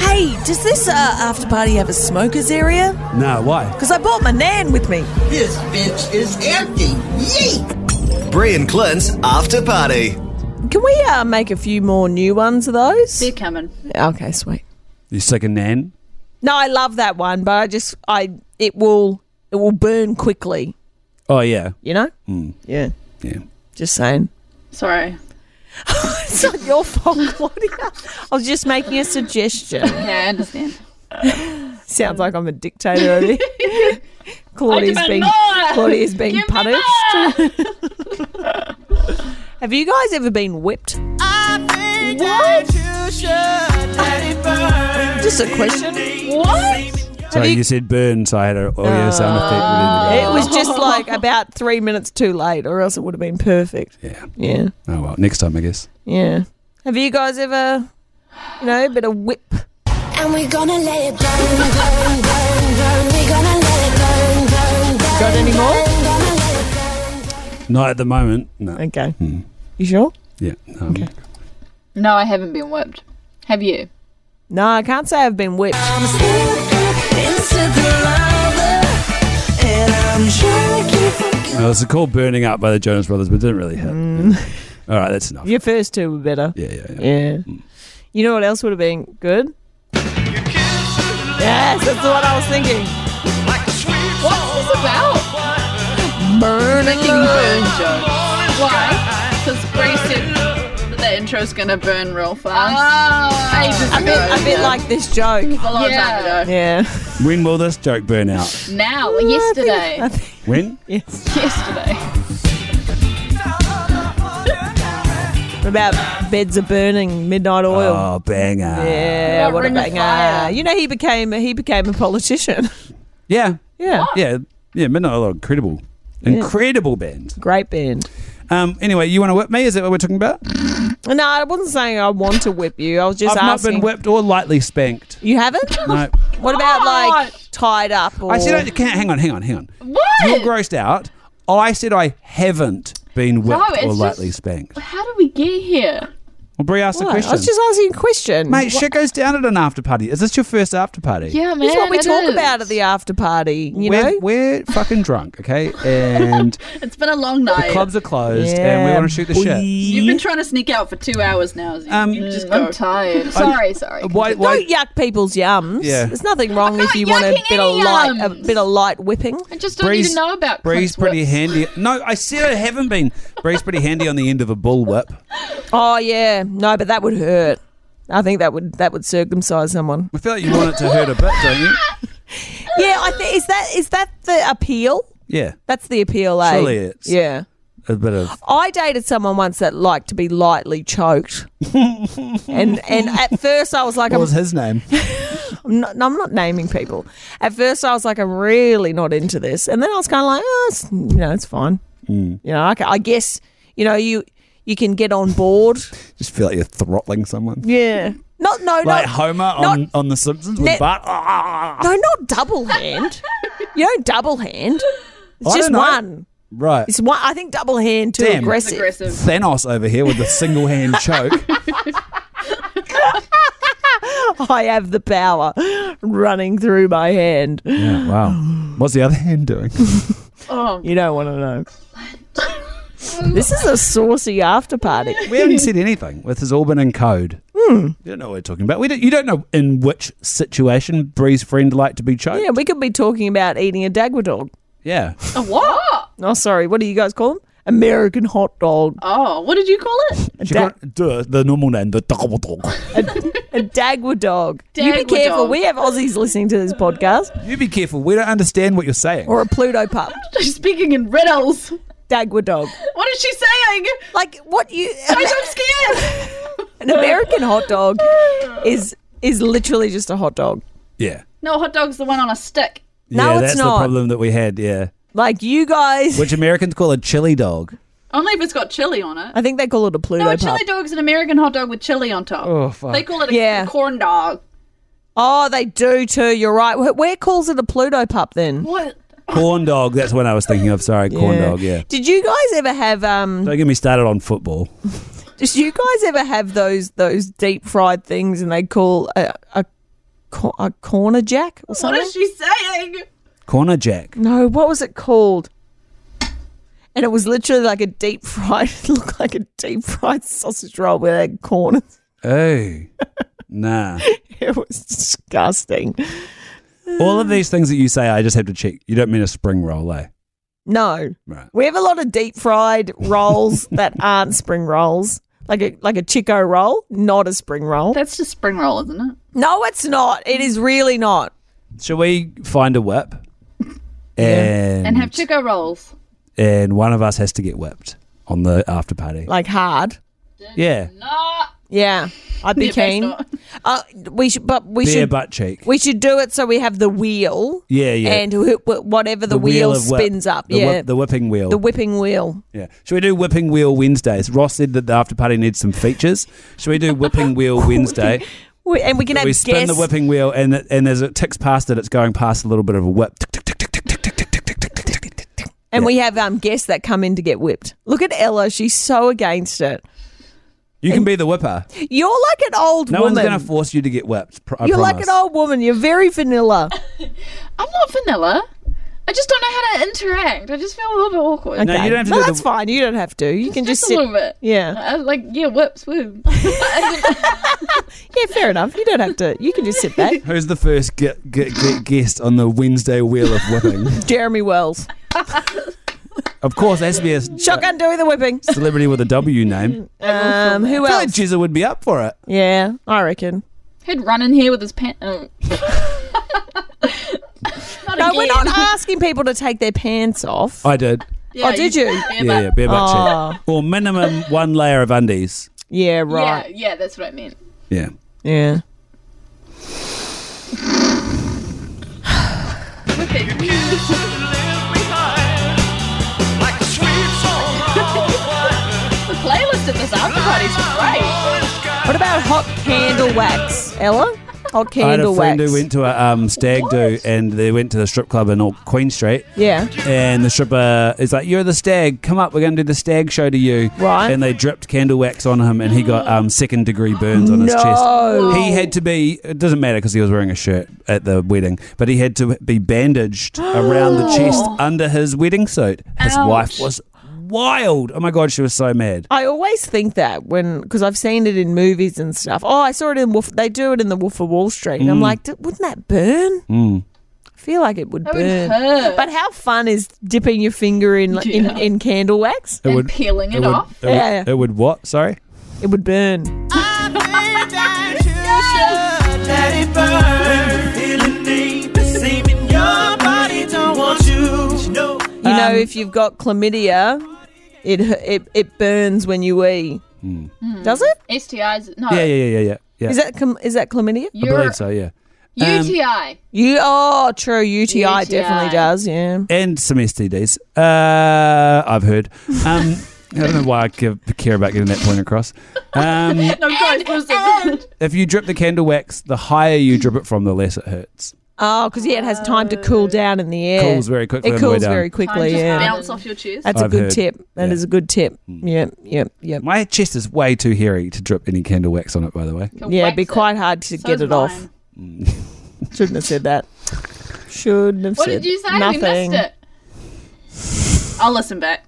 Hey, does this uh, after party have a smokers area? No, why? Because I brought my nan with me. This bitch is empty. Yeet. Bree and Clint's After Party. Can we uh, make a few more new ones of those? They're coming. Okay, sweet. Your second nan? No, I love that one, but I just I it will it will burn quickly. Oh, yeah. You know? Yeah. Yeah. Just saying. Sorry. It's not your fault, Claudia. I was just making a suggestion. Yeah, I understand. Sounds like I'm a dictator over here. Claudia's demand being more! Claudia's being Give me punished. Have you guys ever been whipped? Just a question. What? So Have you, you- said burn, so I had an audio sound effect. It was just like about three minutes too late, or else it would have been perfect. within it. Yeah, Yeah. Oh, well. Next time, I guess. yeah. Have you guys ever, you know, bit of whip? And we're gonna let it burn, burn, burn, burn. We're gonna let it burn, burn, burn. Got any more? burn, gonna let it burn. Not at the moment. No. Okay. You sure? Yeah. No. Okay. No, I haven't been whipped. Have you? No, I can't say I've been whipped. No, it's called Burning Up by the Jonas Brothers, but it didn't really hit. All right, that's enough. Your first two were better. Yeah, Mm. yeah, yeah. Yeah. You know what else would have been good? Yes, that's what I was thinking. What's this about? Burning Making burn jokes. Why? Because Bree said that the intro's gonna burn real fast. Ages A bit, ago. a bit like this joke. a long Yeah. time ago. Yeah. When will this joke burn out? Now, yesterday. I think, When? yes. yesterday. What about beds are burning, midnight oil? Oh, banger. Yeah, What what a Ring of banger! Fire? You know he became he became a politician. Yeah. yeah, Yeah. Yeah. Midnight Oil, incredible. Incredible band. great band. Um, anyway, you want to whip me? Is that what we're talking about? No, I wasn't saying I want to whip you. I was just I've asking. not been whipped or lightly spanked. You haven't? No. What about like Gosh. tied up? Or... I said, I can't, hang on, hang on, hang on. What? You're grossed out. I said I haven't been whipped it's or just- lightly spanked. How did we get here? Well, Brie asked a What? question. I was just asking a question. Mate, shit goes down at an after party. Is this your first after party? Yeah, man. That's what we it talk is. about at the after party. You we're, know, we're fucking drunk, okay? And It's been a long the night. clubs are closed and we Yeah, want to shoot the shit. You've been trying to sneak out for two hours now. So you, Um, you just go. I'm tired. Sorry, sorry. Why, don't why, yuck people's yums. Yeah. There's nothing wrong if not you want a yucking bit of any light, a yums. bit of light whipping. I just don't need Bree's- to know about Bree's Clint's pretty whips. handy. No, I said I haven't been. Bree's pretty handy on the end of a bull whip. Oh yeah, no, but that would hurt. I think that would that would circumcise someone. I feel like you want it to hurt a bit, don't you? Yeah, I think is that is that the appeal? Yeah, That's the appeal, eh? Surely it's- Yeah. a bit of. I dated someone once that liked to be lightly choked. and and at first I was like, What I'm, was his name? I'm not, no, I'm not naming people. At first I was like, I'm really not into this. And then I was kind of like, oh, it's, you know, it's fine. Mm. You know, I, ca- I guess, you know, you you can get on board. Just feel like you're throttling someone. Yeah. Not, no, Like not, Homer not- on, on The Simpsons with Let- Bart. Ah! no, not double hand. you don't double hand. It's I just don't know. one. Right. It's one. I think double hand too Damn. aggressive. aggressive. Thanos over here with the single hand choke. I have the power running through my hand. Yeah, wow. What's the other hand doing? Oh, You don't want to know. this is a saucy after party. We haven't said anything with his all been in code. Hmm. You don't know what we're talking about. We don't, you don't know in which situation Bree's friend liked to be choked. Yeah, we could be talking about eating a Dagwa dog. Yeah. a what? Oh, sorry. What do you guys call them? American hot dog. Oh, what did you call it? A, She da- got the, the normal name, the double dog. a Dagwa dog. you be Dagwa careful. dog. We have Aussies listening to this podcast. You be careful. We don't understand what you're saying. Or a Pluto pup. Speaking in riddles. Dagwa dog. What is she saying? Like, what you. Guys, I'm scared. An American hot dog is is literally just a hot dog. yeah. No, hot dog's the one on a stick. No, yeah, it's that's not. the problem that we had. Yeah. Like, you guys. Which Americans call a chili dog. Only if it's got chili on it. I think they call it a Pluto No, a pup. chili dog's an American hot dog with chili on top. Oh, fuck. They call it a Yeah. corn dog. Oh, they do too. You're right. Wh- Where calls it a Pluto pup then? What? Corn dog. That's what I was thinking of. Sorry, corn dog. Yeah. Did you guys ever have um? Don't get me started on football. Did you guys ever have those those deep fried things and they call a, a co- a corner jack or What something. is she saying? Corner Jack. no, what was it called? And it was literally like a deep fried, it looked like a deep fried sausage roll with egg corners. Oh, nah. It was disgusting. All of these things that you say, I just have to check. You don't mean a spring roll, eh? No, Right. we have a lot of deep fried rolls that aren't spring rolls, like a like a Chico roll, not a spring roll. That's just spring roll, isn't it? No, it's not. It is really not. Shall we find a whip? And And have chico rolls. and one of us has to get whipped on the after party. Like hard. yeah, Yeah, I'd be Yeah, best keen. not. Uh, we should, but we bare should, butt cheek. we should do it so we have the wheel. Yeah, yeah. And wh- wh- whatever the, wheel, of whip. spins up, The yeah, whip- the whipping wheel. the whipping wheel. yeah. Should we do whipping wheel Wednesdays? Ross said that the after party needs some features. Should we do whipping wheel Wednesday? We, and we can have we spin guests. the whipping wheel, and it- and as it ticks past it, it's going past a little bit of a whip. Tick, tick, tick, tick, tick, tick, tick, tick, tick, tick, tick, tick, tick, tick. and we have um guests that come in to get whipped. Look at Ella; she's so against it. You can be the whipper. You're like an old No woman. one's going to force you to get whipped. Pr- I You're like promise. an old woman. You're very vanilla. I'm not vanilla. I just don't know how to interact. I just feel a little bit awkward. No, Okay. you don't have to No, do the- that's fine. You don't have to. You can just, just a sit. little bit. Yeah, I was like, yeah, whips, woo. yeah. Fair enough. You don't have to. You can just sit back. Who's the first get, get, get guest on the Wednesday wheel of whipping? Jeremy Wells, of course, it has to be a s- shotgun doing the whipping. celebrity with a W name. Um, who I feel like else? Jizza would be up for it. Yeah, I reckon. He'd run in here with his pants. Oh. not No, again. we're not asking people to take their pants off. I did. Yeah, oh, did you? Yeah, Yeah, yeah, but- bare butt Oh. cheek. Or minimum one layer of undies. Yeah, yeah, right. yeah, that's what I meant. Yeah. Yeah. The playlist at this after party's Ah. great. What about hot candle wax, Ella? Hot I had a candle friend wax. who went to a um, stag do and they went to the strip club in Au- Queen Street. yeah. And the stripper is like, You're the stag. Come up. We're going to do the stag show to you. Right. And they dripped candle wax on him and he got um, second degree burns on his No. chest. He had to be, it doesn't matter because he was wearing a shirt at the wedding, but he had to be bandaged around the chest under his wedding suit. His Ouch. wife was wild. Oh my God, she was so mad. I always think that when because I've seen it in movies and stuff. Oh, I saw it in Wolf. They do it in the Wolf of Wall Street, and I'm Mm. like, "D- wouldn't that burn? I feel like it would That would burn. hurt. But how fun is dipping your finger in in, Yeah. in candle wax? It And would- peeling it, it would, off. It would, Yeah. it would what? Sorry? It would burn. You Um, know, if you've got chlamydia, it hu- it it burns when you wee. Hmm. Hmm. Does it? STIs, no. Yeah, yeah, yeah, yeah. yeah. Uh, Is that chlam- is that chlamydia? I Ur- believe so, yeah. Um, UTI. You oh true UTI, definitely UTI. does yeah. and some STDs. Uh, I've heard. Um, I don't know why I give, care about getting that point across. Um, no, guys, listen. if you drip the candle wax, the higher you drip it from, the less it hurts. Oh, because yeah, it has time to cool down in the air. Cools very quickly It on the way cools down. very Oh. Time quickly. just Yeah, bounce off your chest. that's a I've good heard. tip. That is Yeah. Hmm. a good tip. Yep, yep, yep. My chest is way too hairy to drip any candle wax on it. By the way, Can Yeah, wax it'd be it. quite hard to So get is it off. mine. Shouldn't have said that. Shouldn't have What said did you say? nothing. We missed it. I'll listen back.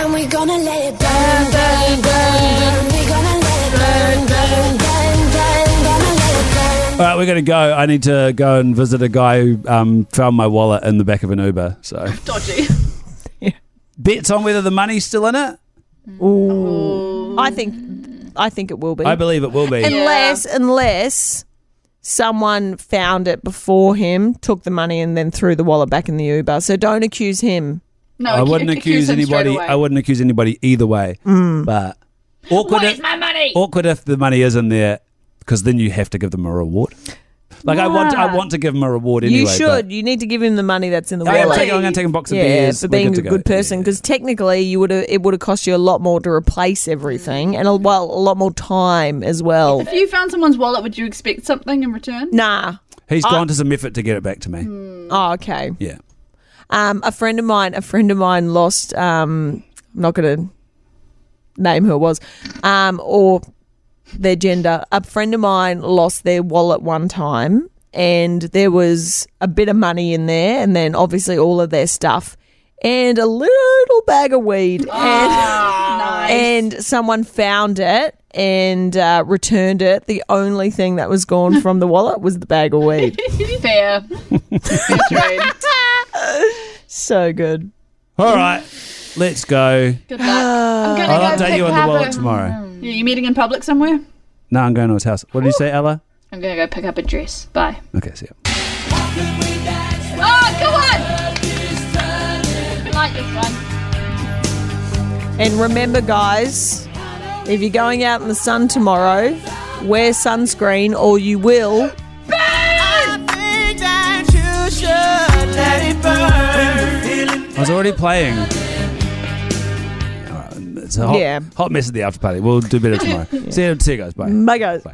And we're gonna let it burn, burn, burn, burn. We're gonna let it burn, burn, burn, burn. Gonna let it burn. all right, we're gonna go. I need to go and visit a guy who um, found my wallet in the back of an Uber. So Dodgy. bets on whether the money's still in it. I think, I think it will be. I believe it will be. unless unless someone found it before him, took the money, and then threw the wallet back in the Uber. So don't accuse him. No, I ac- wouldn't accuse him straight anybody. away. I wouldn't accuse anybody either way. But awkward. if, my money? awkward if the money is in there because then you have to give them a reward. Like I want, I Nah. want to give them a reward anyway. you should. but- You need to give him the money that's in the I am wallet. taking, I'm going to take a box of yeah, beers for We're being good a to good go. person, because technically you would have it would have cost you a lot more to replace everything, and a, well, a lot more time as well. If you found someone's wallet, would you expect something in return? Nah. He's gone to some effort to get it back to me. Oh, okay. Yeah. Um, a friend of mine, a friend of mine lost. Um, I'm not going to name who it was, um, or their gender. A friend of mine lost their wallet one time, and there was a bit of money in there, and then obviously all of their stuff, and a little bag of weed. and, and someone found it and uh, returned it. The only thing that was gone from the wallet was the bag of weed. Fair. Fair trade. so good. All right, let's go. Good luck. I'm gonna I'll go update pick you on up the wallet a- tomorrow. Are you meeting in public somewhere? No, I'm going to his house. What did you say, Ella? I'm gonna go pick up a dress. Bye. Okay, see ya. Oh, go on! I like this one. And remember, guys, if you're going out in the sun tomorrow, wear sunscreen or you will. I was already playing. All right, It's a hot, Yeah. hot mess at the after party. We'll do better tomorrow. See you, see you guys. Bye. Bye, guys.